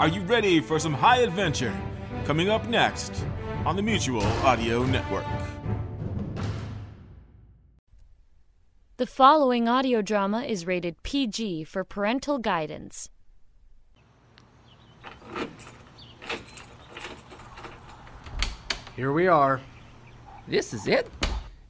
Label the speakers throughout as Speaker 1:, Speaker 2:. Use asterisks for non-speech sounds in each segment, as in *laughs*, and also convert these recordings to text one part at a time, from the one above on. Speaker 1: Are you ready for some high adventure? Coming up next on the Mutual Audio Network.
Speaker 2: The following audio drama is rated PG for parental guidance.
Speaker 3: Here we are.
Speaker 4: This is it?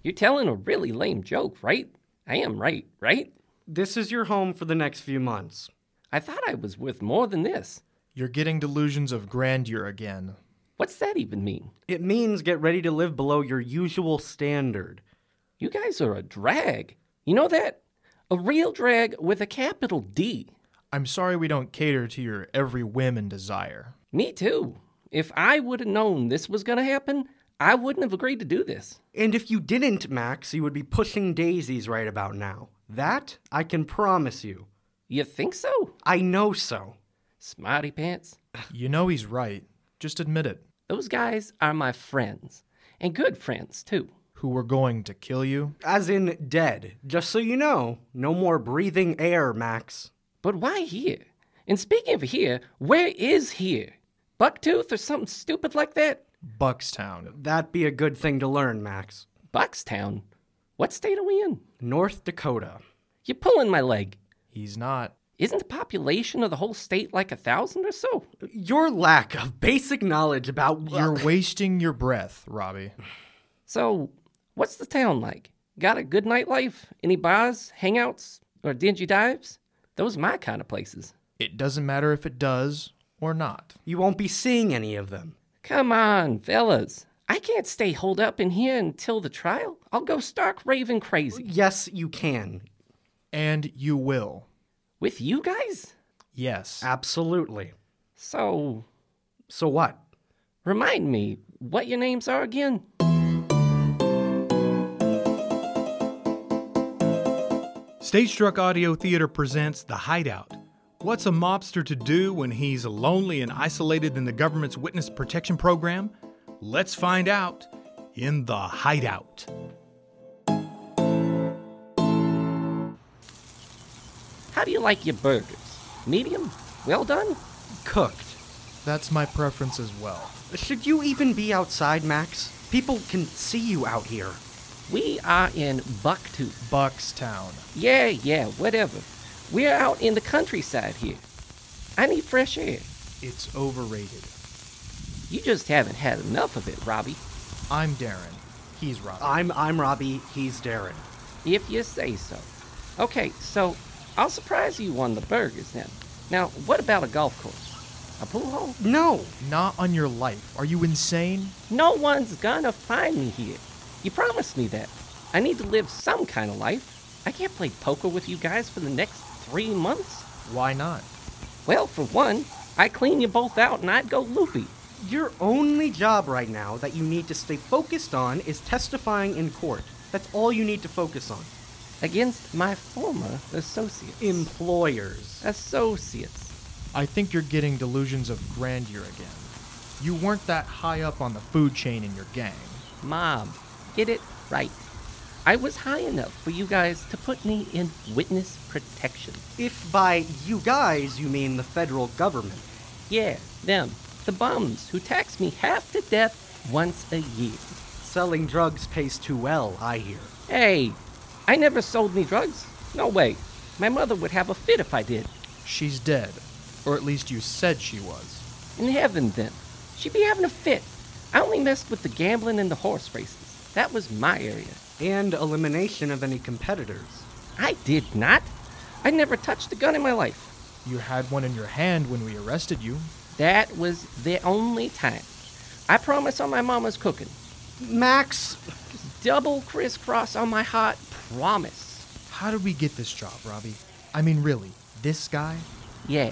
Speaker 4: You're telling a really lame joke, right? I am right, right?
Speaker 3: This is your home for the next few months.
Speaker 4: I thought I was worth more than this.
Speaker 5: You're getting delusions of grandeur again.
Speaker 4: What's that even mean?
Speaker 3: It means get ready to live below your usual standard.
Speaker 4: You guys are a drag. You know that? A real drag with a capital D.
Speaker 5: I'm sorry we don't cater to your every whim and desire.
Speaker 4: Me too. If I would have known this was going to happen, I wouldn't have agreed to do this.
Speaker 3: And if you didn't, Max, you would be pushing daisies right about now. That I can promise you.
Speaker 4: You think so?
Speaker 3: I know so.
Speaker 4: Smarty pants.
Speaker 5: You know he's right. Just admit it.
Speaker 4: Those guys are my friends, and good friends too.
Speaker 5: Who were going to kill you?
Speaker 3: As in dead. Just so you know, no more breathing air, Max.
Speaker 4: But why here? And speaking of here, where is here? Bucktooth or something stupid like that?
Speaker 5: Buckstown.
Speaker 3: That'd be a good thing to learn, Max.
Speaker 4: Buckstown? What state are we in?
Speaker 3: North Dakota.
Speaker 4: You're pulling my leg.
Speaker 5: He's not.
Speaker 4: Isn't the population of the whole state like a thousand or so?
Speaker 3: Your lack of basic knowledge about.
Speaker 5: You're wasting your breath, Robbie.
Speaker 4: So, what's the town like? Got a good nightlife? Any bars, hangouts, or dingy dives? Those are my kind of places.
Speaker 5: It doesn't matter if it does or not.
Speaker 3: You won't be seeing any of them.
Speaker 4: Come on, fellas. I can't stay holed up in here until the trial. I'll go stark raving crazy.
Speaker 3: Yes, you can.
Speaker 5: And you will.
Speaker 4: With you guys?
Speaker 5: Yes.
Speaker 3: Absolutely.
Speaker 4: So,
Speaker 3: So what?
Speaker 4: remind me what your names are again.
Speaker 6: Stage Struck Audio Theater presents The Hideout. What's a mobster to do when he's lonely and isolated in the government's witness protection program? Let's find out in The Hideout.
Speaker 4: How do you like your burgers? Medium? Well done?
Speaker 3: Cooked.
Speaker 5: That's my preference as well.
Speaker 3: Should you even be outside, Max? People can see you out here.
Speaker 4: We are in Bucktooth.
Speaker 5: Buckstown.
Speaker 4: Yeah, yeah, whatever. We're out in the countryside here. I need fresh air.
Speaker 5: It's overrated.
Speaker 4: You just haven't had enough of it, Robbie.
Speaker 5: I'm Darren. He's Robbie.
Speaker 3: I'm I'm Robbie, he's Darren.
Speaker 4: If you say so. Okay, so I'll surprise you on the burgers then. Now, what about a golf course? A pool hall?
Speaker 3: No.
Speaker 5: Not on your life. Are you insane?
Speaker 4: No one's gonna find me here. You promised me that. I need to live some kind of life. I can't play poker with you guys for the next three months.
Speaker 5: Why not?
Speaker 4: Well, for one, I clean you both out and I'd go loopy.
Speaker 3: Your only job right now that you need to stay focused on is testifying in court. That's all you need to focus on.
Speaker 4: Against my former associates.
Speaker 3: Employers.
Speaker 4: associates.
Speaker 5: I think you're getting delusions of grandeur again. You weren't that high up on the food chain in your gang.
Speaker 4: Mom, get it right. I was high enough for you guys to put me in witness protection.
Speaker 3: If by you guys you mean the federal government.
Speaker 4: Yeah, them, the bums who tax me half to death once a year.
Speaker 3: Selling drugs pays too well, I hear.
Speaker 4: Hey, I never sold any drugs. No way. My mother would have a fit if I did.
Speaker 5: She's dead. Or at least you said she was.
Speaker 4: In heaven, then. She'd be having a fit. I only messed with the gambling and the horse races. That was my area.
Speaker 3: And elimination of any competitors.
Speaker 4: I did not. I never touched a gun in my life.
Speaker 5: You had one in your hand when we arrested you.
Speaker 4: That was the only time. I promise on my mama's cooking.
Speaker 3: Max,
Speaker 4: Double crisscross on my heart. Promise.
Speaker 5: How did we get this job, Robbie? I mean, really, this guy?
Speaker 4: Yeah.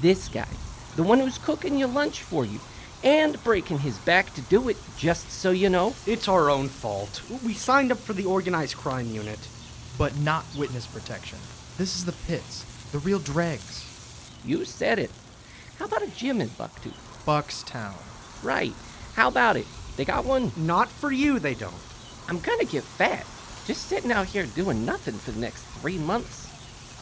Speaker 4: This guy, the one who's cooking your lunch for you and breaking his back to do it, just so you know.
Speaker 3: It's our own fault. We signed up for the organized crime unit.
Speaker 5: but not witness protection. This is the pits, the real dregs.
Speaker 4: You said it. How about a gym in Bucktown?
Speaker 5: Buckstown.
Speaker 4: Right. How about it? They got one?
Speaker 3: Not for you, they don't.
Speaker 4: I'm gonna get fat. Just sitting out here doing nothing for the next three months.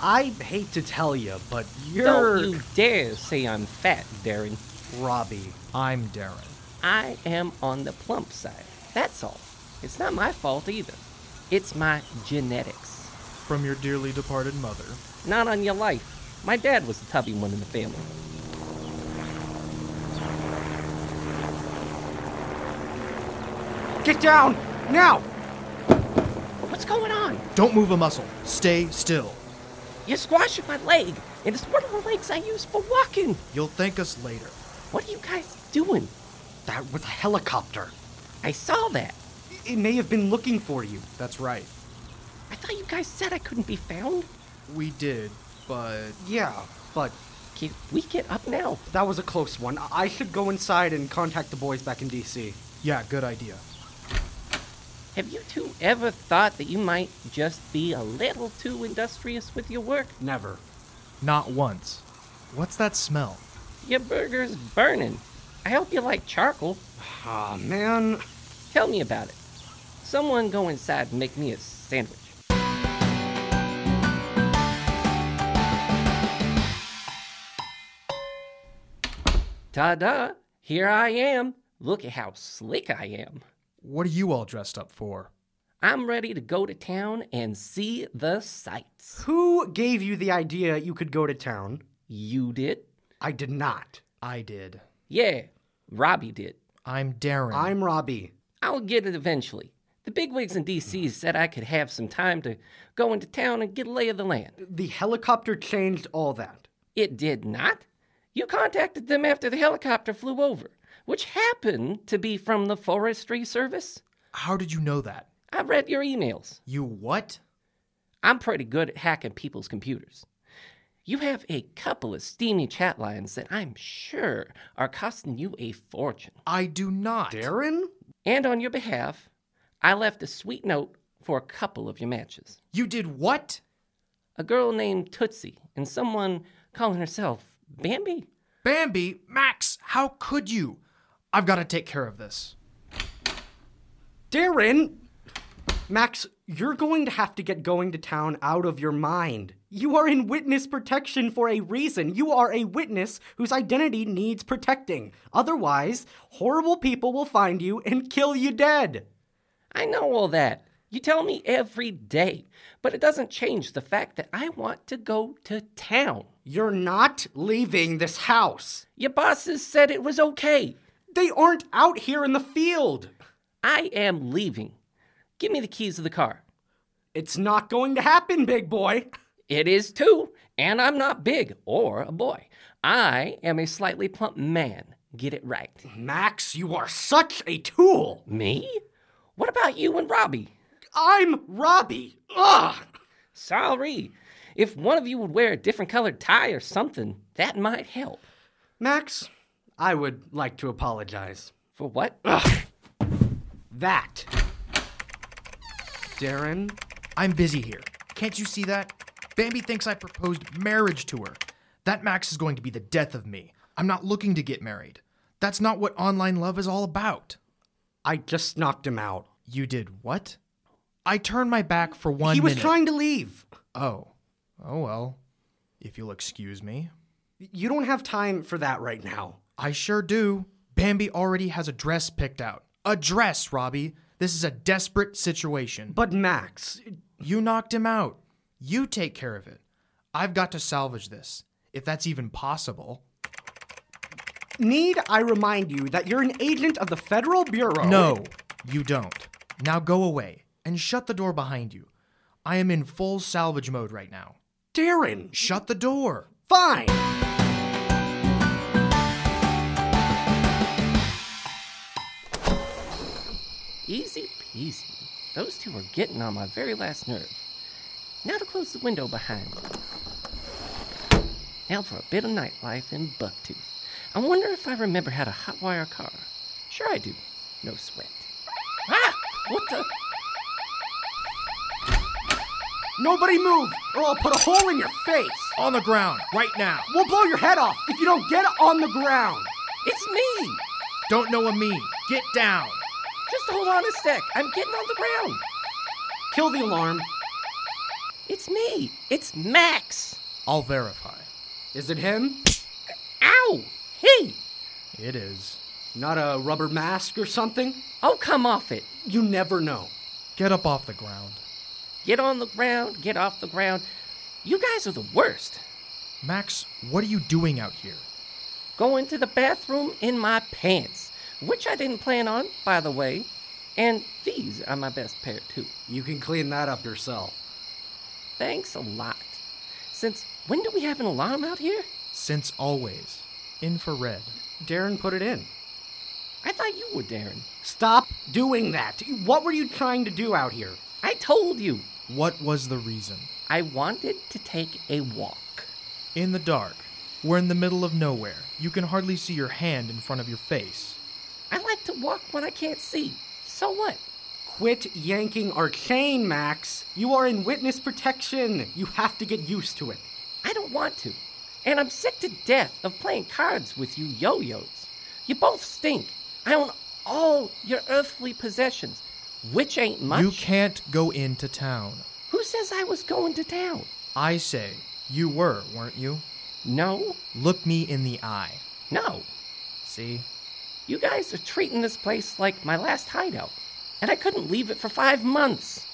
Speaker 3: I hate to tell you, but you're.
Speaker 4: Don't you dare say I'm fat, Darren.
Speaker 3: Robbie.
Speaker 5: I'm Darren.
Speaker 4: I am on the plump side. That's all. It's not my fault either. It's my genetics.
Speaker 5: From your dearly departed mother.
Speaker 4: Not on your life. My dad was the tubby one in the family.
Speaker 3: Get down! Now!
Speaker 4: What's going on?
Speaker 5: Don't move a muscle. Stay still.
Speaker 4: You're squashing my leg, and it's one of the legs I use for walking.
Speaker 5: You'll thank us later.
Speaker 4: What are you guys doing?
Speaker 3: That was a helicopter.
Speaker 4: I saw that.
Speaker 3: It may have been looking for you.
Speaker 5: That's right.
Speaker 4: I thought you guys said I couldn't be found.
Speaker 5: We did, but
Speaker 3: Yeah, but
Speaker 4: Can we get up now?
Speaker 3: that was a close one. I- I should go inside and contact the boys back in DC.
Speaker 5: yeah, good idea.
Speaker 4: Have you two ever thought that you might just be a little too industrious with your work?
Speaker 3: Never.
Speaker 5: Not once. What's that smell?
Speaker 4: Your burger's burning. I hope you like charcoal.
Speaker 3: Ah, man.
Speaker 4: Tell me about it. Someone go inside and make me a sandwich. Ta da! Here I am. Look at how slick I am.
Speaker 5: What are you all dressed up for?
Speaker 4: I'm ready to go to town and see the sights.
Speaker 3: Who gave you the idea you could go to town?
Speaker 4: You did?
Speaker 3: I did not.
Speaker 5: I did.
Speaker 4: Yeah, Robbie did.
Speaker 5: I'm Darren.
Speaker 3: I'm Robbie.
Speaker 4: I'll get it eventually. The bigwigs in DC said I could have some time to go into town and get a lay of the land.
Speaker 3: The helicopter changed all that.
Speaker 4: It did not. You contacted them after the helicopter flew over, which happened to be from the Forestry Service.
Speaker 5: How did you know that?
Speaker 4: I read your emails.
Speaker 5: You what?
Speaker 4: I'm pretty good at hacking people's computers. You have a couple of steamy chat lines that I'm sure are costing you a fortune.
Speaker 5: I do not.
Speaker 3: Darren?
Speaker 4: And on your behalf, I left a sweet note for a couple of your matches.
Speaker 5: You did what?
Speaker 4: A girl named Tootsie and someone calling herself Bambi.
Speaker 5: Bambi, Max, how could you? I've got to take care of this.
Speaker 3: Darren! Max, you're going to have to get going to town out of your mind. You are in witness protection for a reason. You are a witness whose identity needs protecting. Otherwise, horrible people will find you and kill you dead.
Speaker 4: I know all that. You tell me every day, but it doesn't change the fact that I want to go to town.
Speaker 3: You're not leaving this house.
Speaker 4: Your bosses said it was okay.
Speaker 3: They aren't out here in the field.
Speaker 4: I am leaving. Give me the keys of the car.
Speaker 3: It's not going to happen, big boy.
Speaker 4: It is too, and I'm not big or a boy. I am a slightly plump man. Get it right.
Speaker 3: Max, you are such a tool.
Speaker 4: Me? What about you and Robbie?
Speaker 3: I'm Robbie. Ugh.
Speaker 4: Sorry. If one of you would wear a different colored tie or something, that might help.
Speaker 3: Max, I would like to apologize.
Speaker 4: For what?
Speaker 3: That. Darren,
Speaker 5: I'm busy here. Can't you see that? Bambi thinks I proposed marriage to her. That Max is going to be the death of me. I'm not looking to get married. That's not what online love is all about.
Speaker 3: I just knocked him out.
Speaker 5: You did what? I turned my back for one
Speaker 3: he was
Speaker 5: minute.
Speaker 3: trying to leave.
Speaker 5: Oh. Oh well. If you'll excuse me.
Speaker 3: You don't have time for that right now.
Speaker 5: I sure do. Bambi already has a dress picked out. A dress, Robbie. This is a desperate situation.
Speaker 3: But Max,
Speaker 5: You knocked him out. You take care of it. I've got to salvage this, if that's even possible.
Speaker 3: need I remind you that you're an agent of the Federal Bureau?
Speaker 5: No, you don't. Now go away and shut the door behind you. I am in full salvage mode right now.
Speaker 3: Darren,
Speaker 5: Shut the door.
Speaker 3: fine.
Speaker 4: *laughs* Easy peasy. Those two are getting on my very last nerve. Now to close the window behind me. Now for a bit of nightlife in Bucktooth. I wonder if I remember how to hotwire a car. Sure I do. No sweat. Ah! What the?
Speaker 3: Nobody move, or I'll put a hole in your face.
Speaker 5: On the ground, right now.
Speaker 3: We'll blow your head off if you don't get on the ground.
Speaker 4: It's me!
Speaker 5: Don't know a me. Get down.
Speaker 4: Just hold on a sec. I'm getting on the ground.
Speaker 3: Kill the alarm.
Speaker 4: It's me. It's Max.
Speaker 5: I'll verify.
Speaker 3: Is it him?
Speaker 4: Ow! Hey!
Speaker 5: It is.
Speaker 3: Not a rubber mask or something?
Speaker 4: Oh, come off it.
Speaker 3: You never know.
Speaker 5: Get up off the ground.
Speaker 4: Get on the ground. Get off the ground. You guys are the worst.
Speaker 5: Max, what are you doing out here?
Speaker 4: Going to the bathroom in my pants, which I didn't plan on, by the way. And these are my best pair, too.
Speaker 3: You can clean that up yourself.
Speaker 4: Thanks a lot. Since when do we have an alarm out here?
Speaker 5: Since always. Infrared.
Speaker 3: Darren put it in.
Speaker 4: I thought you were Darren.
Speaker 3: Stop doing that. What were you trying to do out here?
Speaker 4: I told you.
Speaker 5: What was the reason?
Speaker 4: I wanted to take a walk.
Speaker 5: In the dark. We're in the middle of nowhere. You can hardly see your hand in front of your face.
Speaker 4: I like to walk when I can't see. So what?
Speaker 3: Quit yanking our chain, Max. You are in witness protection. You have to get used to it.
Speaker 4: I don't want to. And I'm sick to death of playing cards with you yo yo's. You both stink. I own all your earthly possessions, which ain't much.
Speaker 5: You can't go into town.
Speaker 4: Who says I was going to town?
Speaker 5: I say, you were, weren't you?
Speaker 4: No,
Speaker 5: Look me in the eye.
Speaker 4: no.
Speaker 5: See?
Speaker 4: You guys are treating this place like my last hideout, and I couldn't leave it for five months.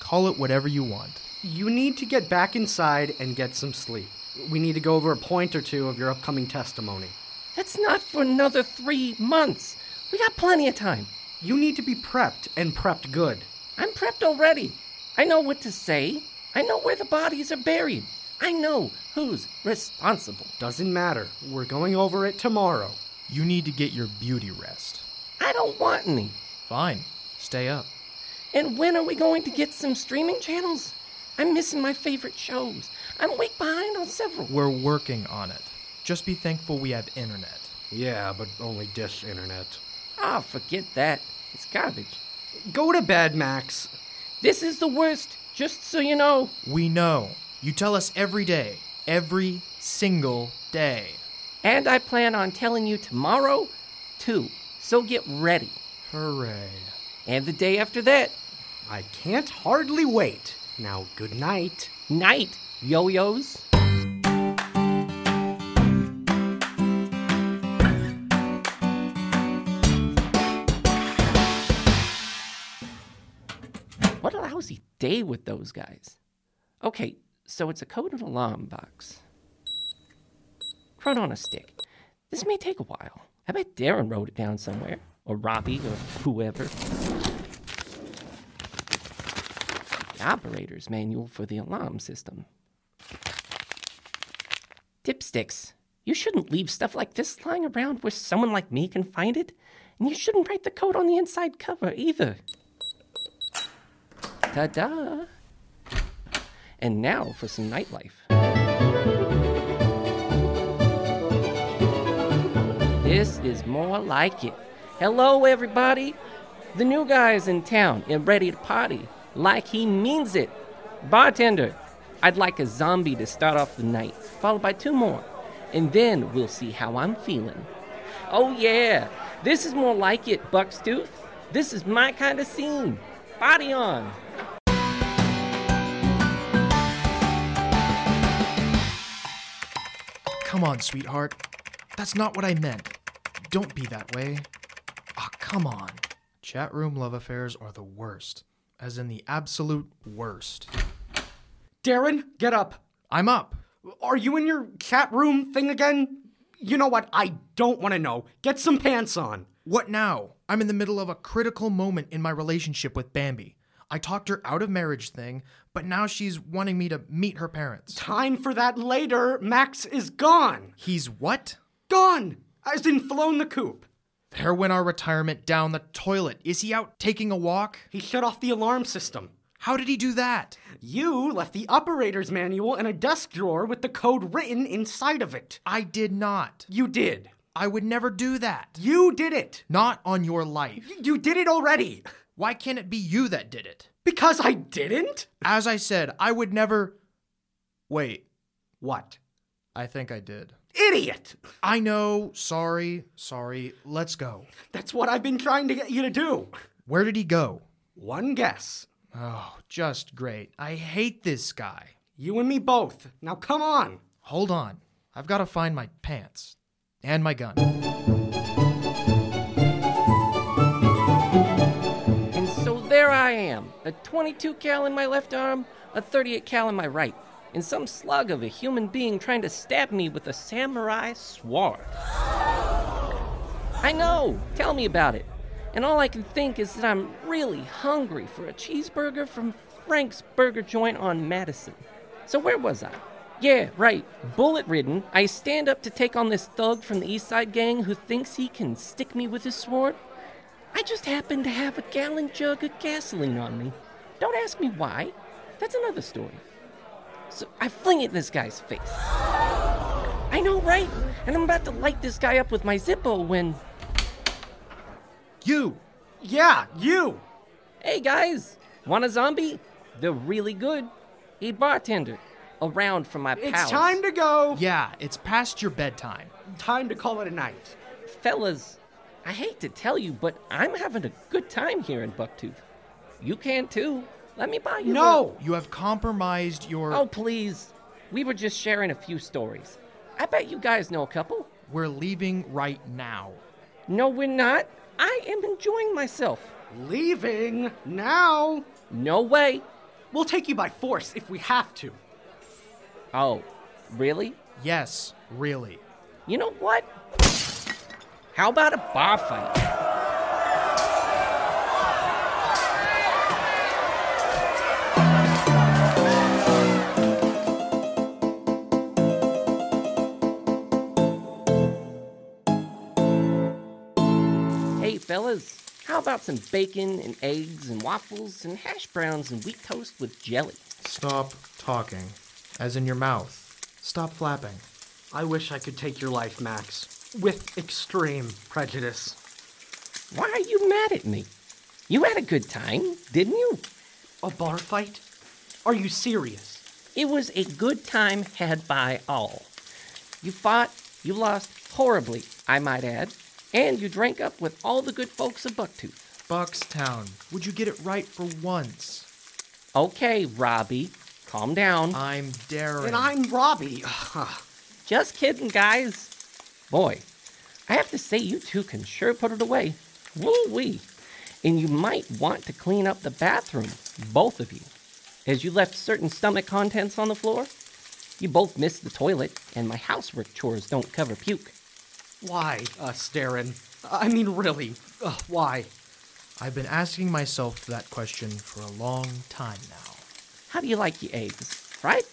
Speaker 5: Call it whatever you want.
Speaker 3: You need to get back inside and get some sleep. We need to go over a point or two of your upcoming testimony.
Speaker 4: That's not for another three months. We got plenty of time.
Speaker 3: You need to be prepped and prepped good.
Speaker 4: I'm prepped already. I know what to say. I know where the bodies are buried. I know who's responsible.
Speaker 3: Doesn't matter. We're going over it tomorrow.
Speaker 5: You need to get your beauty rest.
Speaker 4: I don't want any.
Speaker 5: Fine. Stay up.
Speaker 4: And when are we going to get some streaming channels? I'm missing my favorite shows. I'm a week behind on several.
Speaker 5: We're working on it. Just be thankful we have internet.
Speaker 3: Yeah, but only dish internet.
Speaker 4: Ah, forget that. It's garbage.
Speaker 3: Go to bed, Max.
Speaker 4: This is the worst, just so you know.
Speaker 5: We know. You tell us every day. Every single day.
Speaker 4: And I plan on telling you tomorrow, too. So get ready.
Speaker 5: Hooray.
Speaker 4: And the day after that,
Speaker 3: I can't hardly wait. Now, good night.
Speaker 4: night, yo yo's. What a lousy day with those guys. Okay, so it's a coded alarm box. Thrown on a stick. This may take a while. I bet Darren wrote it down somewhere, or Robbie, or whoever. the operator's manual for the alarm system. Dipsticks. You shouldn't leave stuff like this lying around where someone like me can find it, and you shouldn't write the code on the inside cover either. Ta da! And now for some nightlife. This is more like it. Hello, everybody. The new guy is in town and ready to party like he means it. Bartender, I'd like a zombie to start off the night, followed by two more, and then we'll see how I'm feeling. Oh, yeah, this is more like it, Buckstooth. This is my kind of scene. Body on.
Speaker 5: Come on, sweetheart. That's not what I meant. Don't be that way. Ah, come on. Chat room love affairs are the worst, as in the absolute worst.
Speaker 3: Darren, get up.
Speaker 5: I'm up.
Speaker 3: Are you in your chat room thing again? You know what? I don't want to know. Get some pants on.
Speaker 5: What now? I'm in the middle of a critical moment in my relationship with Bambi. I talked her out of marriage thing, but now she's wanting me to meet her parents.
Speaker 3: Time for that later. Max is gone.
Speaker 5: He's what?
Speaker 3: Gone! As in flown the coop.
Speaker 5: There went our retirement down the toilet. Is he out taking a walk?
Speaker 3: He shut off the alarm system.
Speaker 5: How did he do that?
Speaker 3: You left the operator's manual in a desk drawer with the code written inside of it.
Speaker 5: I did not.
Speaker 3: You did.
Speaker 5: I would never do that.
Speaker 3: You did it.
Speaker 5: Not on your life.
Speaker 3: Y- You did it already.
Speaker 5: Why can't it be you that did it?
Speaker 3: Because I didn't?
Speaker 5: As I said, I would never. Wait,
Speaker 3: What?
Speaker 5: I think I did.
Speaker 3: Idiot!
Speaker 5: I know. Sorry. Sorry. Let's go.
Speaker 3: That's what I've been trying to get you to do.
Speaker 5: Where did he go?
Speaker 3: One guess.
Speaker 5: Oh, just great. I hate this guy.
Speaker 3: You and me both. Now come on.
Speaker 5: Hold on. I've got to find my pants and my gun.
Speaker 4: And so there I am, a 22 cal in my left arm, a 38 cal in my right, and some slug of a human being trying to stab me with a samurai sword. I know, tell me about it. And all I can think is that I'm really hungry for a cheeseburger from Frank's Burger Joint on Madison. So where was I? Yeah, right. Bullet ridden, I stand up to take on this thug from the East Side Gang who thinks he can stick me with his sword. I just happen to have a gallon jug of gasoline on me. Don't ask me why. That's another story. So I fling it in this guy's face. I know, right? And I'm about to light this guy up with my Zippo when.
Speaker 5: You!
Speaker 3: Yeah, you!
Speaker 4: Hey guys, want a zombie? They're really good. Hey bartender, a round for my pals.
Speaker 3: It's time to go.
Speaker 5: Yeah, it's past your bedtime.
Speaker 3: Time to call it a night.
Speaker 4: Fellas, I hate to tell you, but I'm having a good time here in Bucktooth. You can too. Let me buy you. one.
Speaker 3: No!
Speaker 5: You have compromised your.
Speaker 4: Oh, please. We were just sharing a few stories. I bet you guys know a couple.
Speaker 5: We're leaving right now.
Speaker 4: No, we're not. I am enjoying myself.
Speaker 3: Leaving now!
Speaker 4: No way.
Speaker 3: We'll take you by force if we have to.
Speaker 4: Oh, really?
Speaker 5: Yes, really.
Speaker 4: You know what? How about a bar fight? Hey, fellas, how about some bacon and eggs and waffles and hash browns and wheat toast with jelly?
Speaker 5: Stop talking. As in your mouth. Stop flapping.
Speaker 3: I wish I could take your life, Max. With extreme prejudice.
Speaker 4: Why are you mad at me? You had a good time, didn't you?
Speaker 3: A bar fight? Are you serious?
Speaker 4: It was a good time had by all. You fought, you lost horribly, I might add, and you drank up with all the good folks of Bucktooth.
Speaker 5: Buckstown, would you get it right for once?
Speaker 4: Okay, Robbie, calm down.
Speaker 5: I'm daring.
Speaker 3: And I'm Robbie.
Speaker 4: Just kidding, guys. Boy, I have to say, you two can sure put it away. Woo wee. And you might want to clean up the bathroom, both of you, as you left certain stomach contents on the floor. You both missed the toilet, and my housework chores don't cover puke.
Speaker 3: why us, Darren? I mean, really, uh, why?
Speaker 5: I've been asking myself that question for a long time now.
Speaker 4: How do you like your eggs? Right?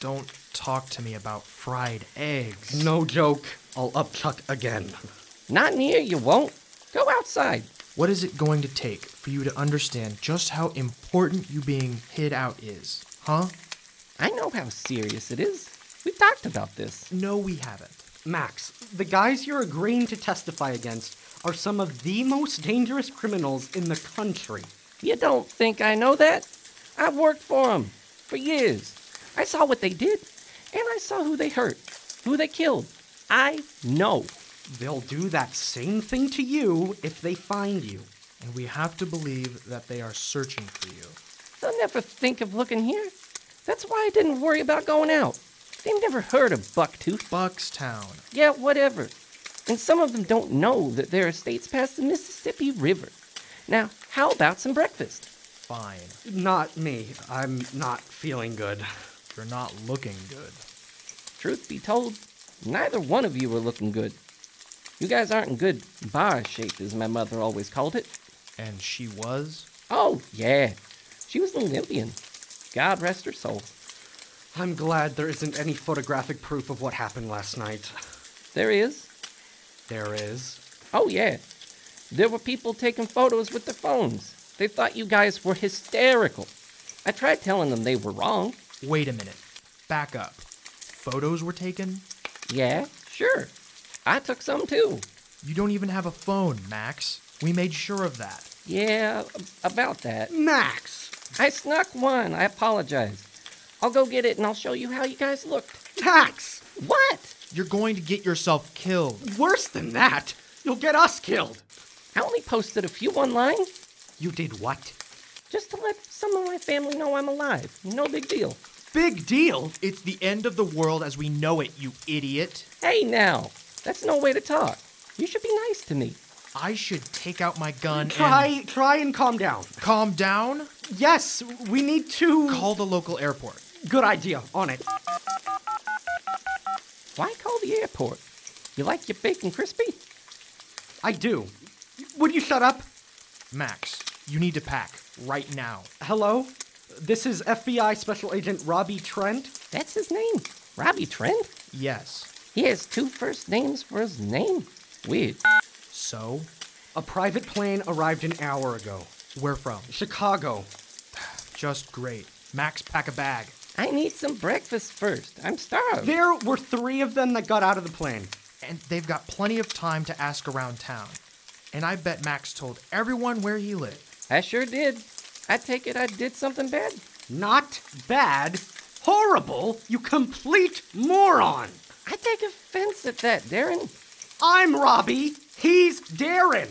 Speaker 5: Don't talk to me about fried eggs.
Speaker 3: No joke. I'll upchuck again.
Speaker 4: Not near, you won't. Go outside.
Speaker 5: What is it going to take for you to understand just how important you being hid out is? Huh?
Speaker 4: I know how serious it is. We've talked about this.
Speaker 5: No, we haven't.
Speaker 3: Max, the guys you're agreeing to testify against are some of the most dangerous criminals in the country.
Speaker 4: You don't think I know that? I've worked for them for years. I saw what they did, and I saw who they hurt, who they killed. I know.
Speaker 3: They'll do that same thing to you if they find you.
Speaker 5: And we have to believe that they are searching for you.
Speaker 4: They'll never think of looking here. That's why I didn't worry about going out. They've never heard of Bucktooth.
Speaker 5: Buckstown.
Speaker 4: Yeah, whatever. And some of them don't know that there are states past the Mississippi River. Now, how about some breakfast?
Speaker 5: Fine.
Speaker 3: Not me. I'm not feeling good.
Speaker 5: You're not looking good.
Speaker 4: Truth be told, neither one of you are looking good. You guys aren't in good bar shape, as my mother always called it.
Speaker 5: And she was?
Speaker 4: Oh, yeah. She was an Olympian. God rest her soul.
Speaker 3: I'm glad there isn't any photographic proof of what happened last night.
Speaker 4: There is.
Speaker 3: There is.
Speaker 4: Oh, yeah. There were people taking photos with their phones. They thought you guys were hysterical. I tried telling them they were wrong.
Speaker 5: Wait a minute. Back up. Photos were taken?
Speaker 4: Yeah, sure. I took some too.
Speaker 5: You don't even have a phone, Max. We made sure of that.
Speaker 4: Yeah, ab- about that.
Speaker 3: Max!
Speaker 4: I snuck one. I apologize. I'll go get it and I'll show you how you guys looked.
Speaker 3: Max!
Speaker 4: What?
Speaker 5: You're going to get yourself killed.
Speaker 3: Worse than that, you'll get us killed!
Speaker 4: I only posted a few online
Speaker 3: You did what?
Speaker 4: just to let some of my family know I'm alive. No big deal.
Speaker 3: Big deal!
Speaker 5: It's the end of the world as we know it, you idiot.
Speaker 4: Hey, now, that's no way to talk. You should be nice to me.
Speaker 5: I should take out my gun and
Speaker 3: Try, try and calm down.
Speaker 5: calm down.
Speaker 3: Yes, we need to.
Speaker 5: Call the local airport.
Speaker 3: Good idea. On it.
Speaker 4: Why call the airport? You like your bacon crispy?
Speaker 3: I do. Would you shut up?
Speaker 5: Max, you need to pack right now.
Speaker 3: Hello? This is FBI Special Agent Robbie Trent.
Speaker 4: That's his name. Robbie Trent?
Speaker 5: Yes.
Speaker 4: He has two first names for his name. Weird.
Speaker 5: So,
Speaker 3: A private plane arrived an hour ago.
Speaker 5: where from?
Speaker 3: Chicago.
Speaker 5: Just great. Max, pack a bag.
Speaker 4: I need some breakfast first. I'm starved.
Speaker 3: There were three of them that got out of the plane.
Speaker 5: And they've got plenty of time to ask around town. And I bet Max told everyone where he lived.
Speaker 4: I sure did. I take it I did something bad.
Speaker 3: Not bad. Horrible, you complete moron.
Speaker 4: I take offense at that, Darren.
Speaker 3: I'm Robbie. He's Darren.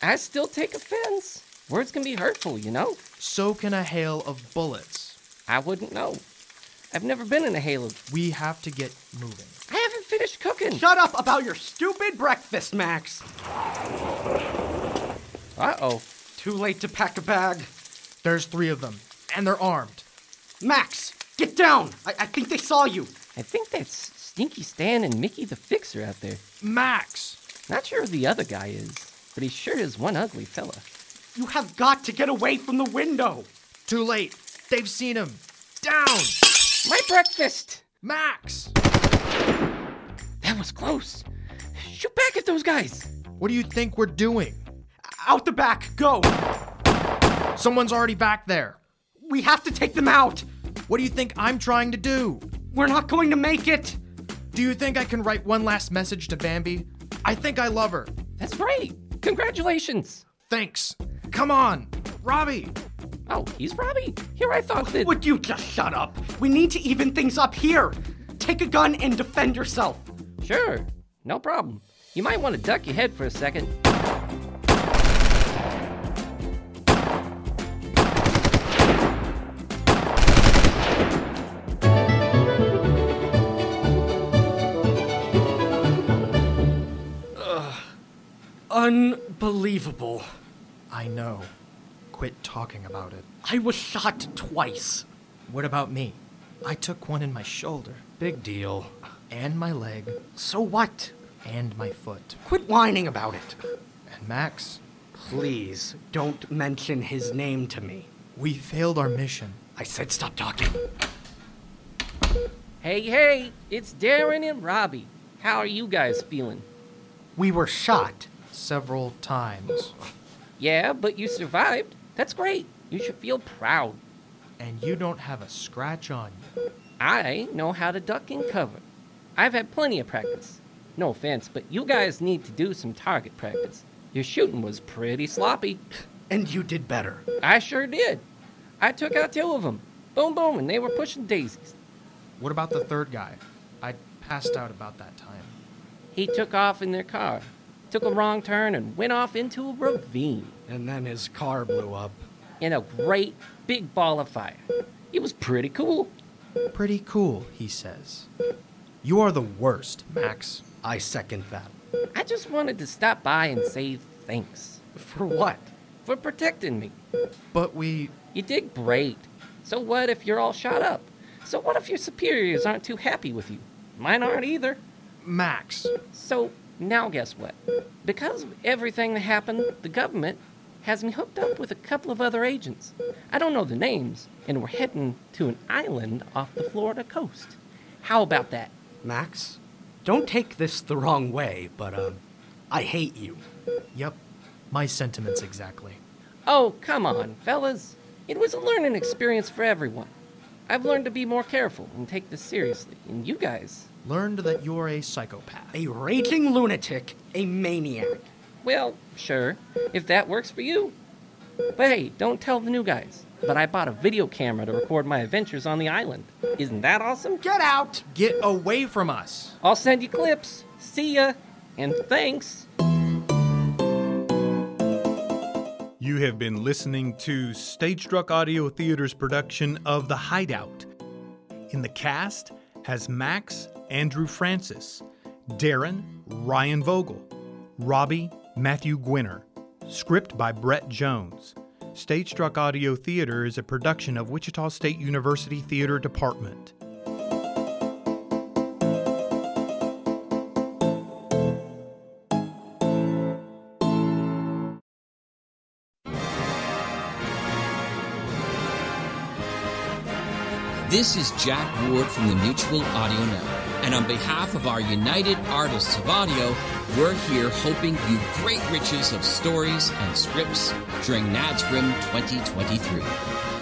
Speaker 4: I still take offense. Words can be hurtful, you know.
Speaker 5: So can a hail of bullets.
Speaker 4: I wouldn't know. I've never been in a halo.
Speaker 5: We have to get moving.
Speaker 4: I haven't finished cooking.
Speaker 3: Shut up about your stupid breakfast, Max.
Speaker 4: Uh oh.
Speaker 3: Too late to pack a bag.
Speaker 5: There's three of them, and they're armed.
Speaker 3: Max, get down. I, I think they saw you.
Speaker 4: I think that's Stinky Stan and Mickey the Fixer out there.
Speaker 5: Max!
Speaker 4: Not sure who the other guy is, but he sure is one ugly fella.
Speaker 3: You have got to get away from the window.
Speaker 5: Too late. They've seen him. Down!
Speaker 4: My breakfast!
Speaker 5: Max!
Speaker 4: That was close. Shoot back at those guys.
Speaker 5: What do you think we're doing?
Speaker 3: Out the back, go.
Speaker 5: Someone's already back there.
Speaker 3: We have to take them out.
Speaker 5: What do you think I'm trying to do?
Speaker 3: We're not going to make it.
Speaker 5: Do you think I can write one last message to Bambi? I think I love her.
Speaker 4: That's right. Congratulations.
Speaker 5: Thanks. Come on, Robbie!
Speaker 4: Oh, he's Robbie. Here I thought that.
Speaker 3: Would you just shut up? We need to even things up here. Take a gun and defend yourself.
Speaker 4: Sure. No problem. You might want to duck your head for a second.
Speaker 3: Unbelievable.
Speaker 5: I know. Quit talking about it.
Speaker 3: I was shot twice.
Speaker 5: What about me? I took one in my shoulder,
Speaker 3: Big deal.
Speaker 5: and my leg,
Speaker 3: So what?
Speaker 5: and my foot.
Speaker 3: Quit whining about it.
Speaker 5: And Max,
Speaker 3: Please don't mention his name to me.
Speaker 5: we failed our mission.
Speaker 3: I said stop talking.
Speaker 4: Hey, hey, it's Darren and Robbie. How are you guys feeling?
Speaker 3: We were shot.
Speaker 5: Several times.
Speaker 4: Yeah, but you survived. That's great. You should feel proud.
Speaker 5: And you don't have a scratch on you.
Speaker 4: I know how to duck and cover. I've had plenty of practice. No offense, but you guys need to do some target practice. Your shooting was pretty sloppy.
Speaker 3: And you did better.
Speaker 4: I sure did. I took out two of them. Boom, boom, and they were pushing daisies.
Speaker 5: What about the third guy? I passed out about that time.
Speaker 4: He took off in their car, took a wrong turn, and went off into a ravine
Speaker 3: And then his car blew up.
Speaker 4: in a great big ball of fire. It was pretty cool.
Speaker 5: Pretty cool, he says. You are the worst, Max.
Speaker 3: I second that.
Speaker 4: I just wanted to stop by and say thanks
Speaker 3: For what?
Speaker 4: for protecting me.
Speaker 5: But we.
Speaker 4: You did great. So what if you're all shot up? So what if your superiors aren't too happy with you? Mine aren't either.
Speaker 5: Max.
Speaker 4: So now guess what? Because of everything that happened, the government has me hooked up with a couple of other agents. I don't know the names, and we're heading to an island off the Florida coast. How about that?
Speaker 3: Max, don't take this the wrong way, but um, I hate you.
Speaker 5: Yep. My sentiments exactly.
Speaker 4: Oh, come on, fellas. It was a learning experience for everyone. I've learned to be more careful and take this seriously, and you guys,
Speaker 5: Learned that you're a psychopath.
Speaker 3: A raging lunatic, a maniac.
Speaker 4: well, sure, if that works for you. But hey, don't tell the new guys. But I bought a video camera to record my adventures on the island. Isn't that awesome?
Speaker 3: Get out!
Speaker 5: Get away from us.
Speaker 4: I'll send you clips. See ya, and thanks.
Speaker 6: You have been listening to Stage Struck Audio Theater's production of The Hideout. In the cast as Max Andrew Francis, Darren Ryan Vogel, Robbie Matthew Gwinner. Script by Brett Jones. Stage Struck Audio Theater is a production of Wichita State University Theater Department.
Speaker 7: This is Jack Ward from the Mutual Audio Network, and on behalf of our United Artists of Audio, we're here hoping you great riches of stories and scripts during NADSRIM 2023.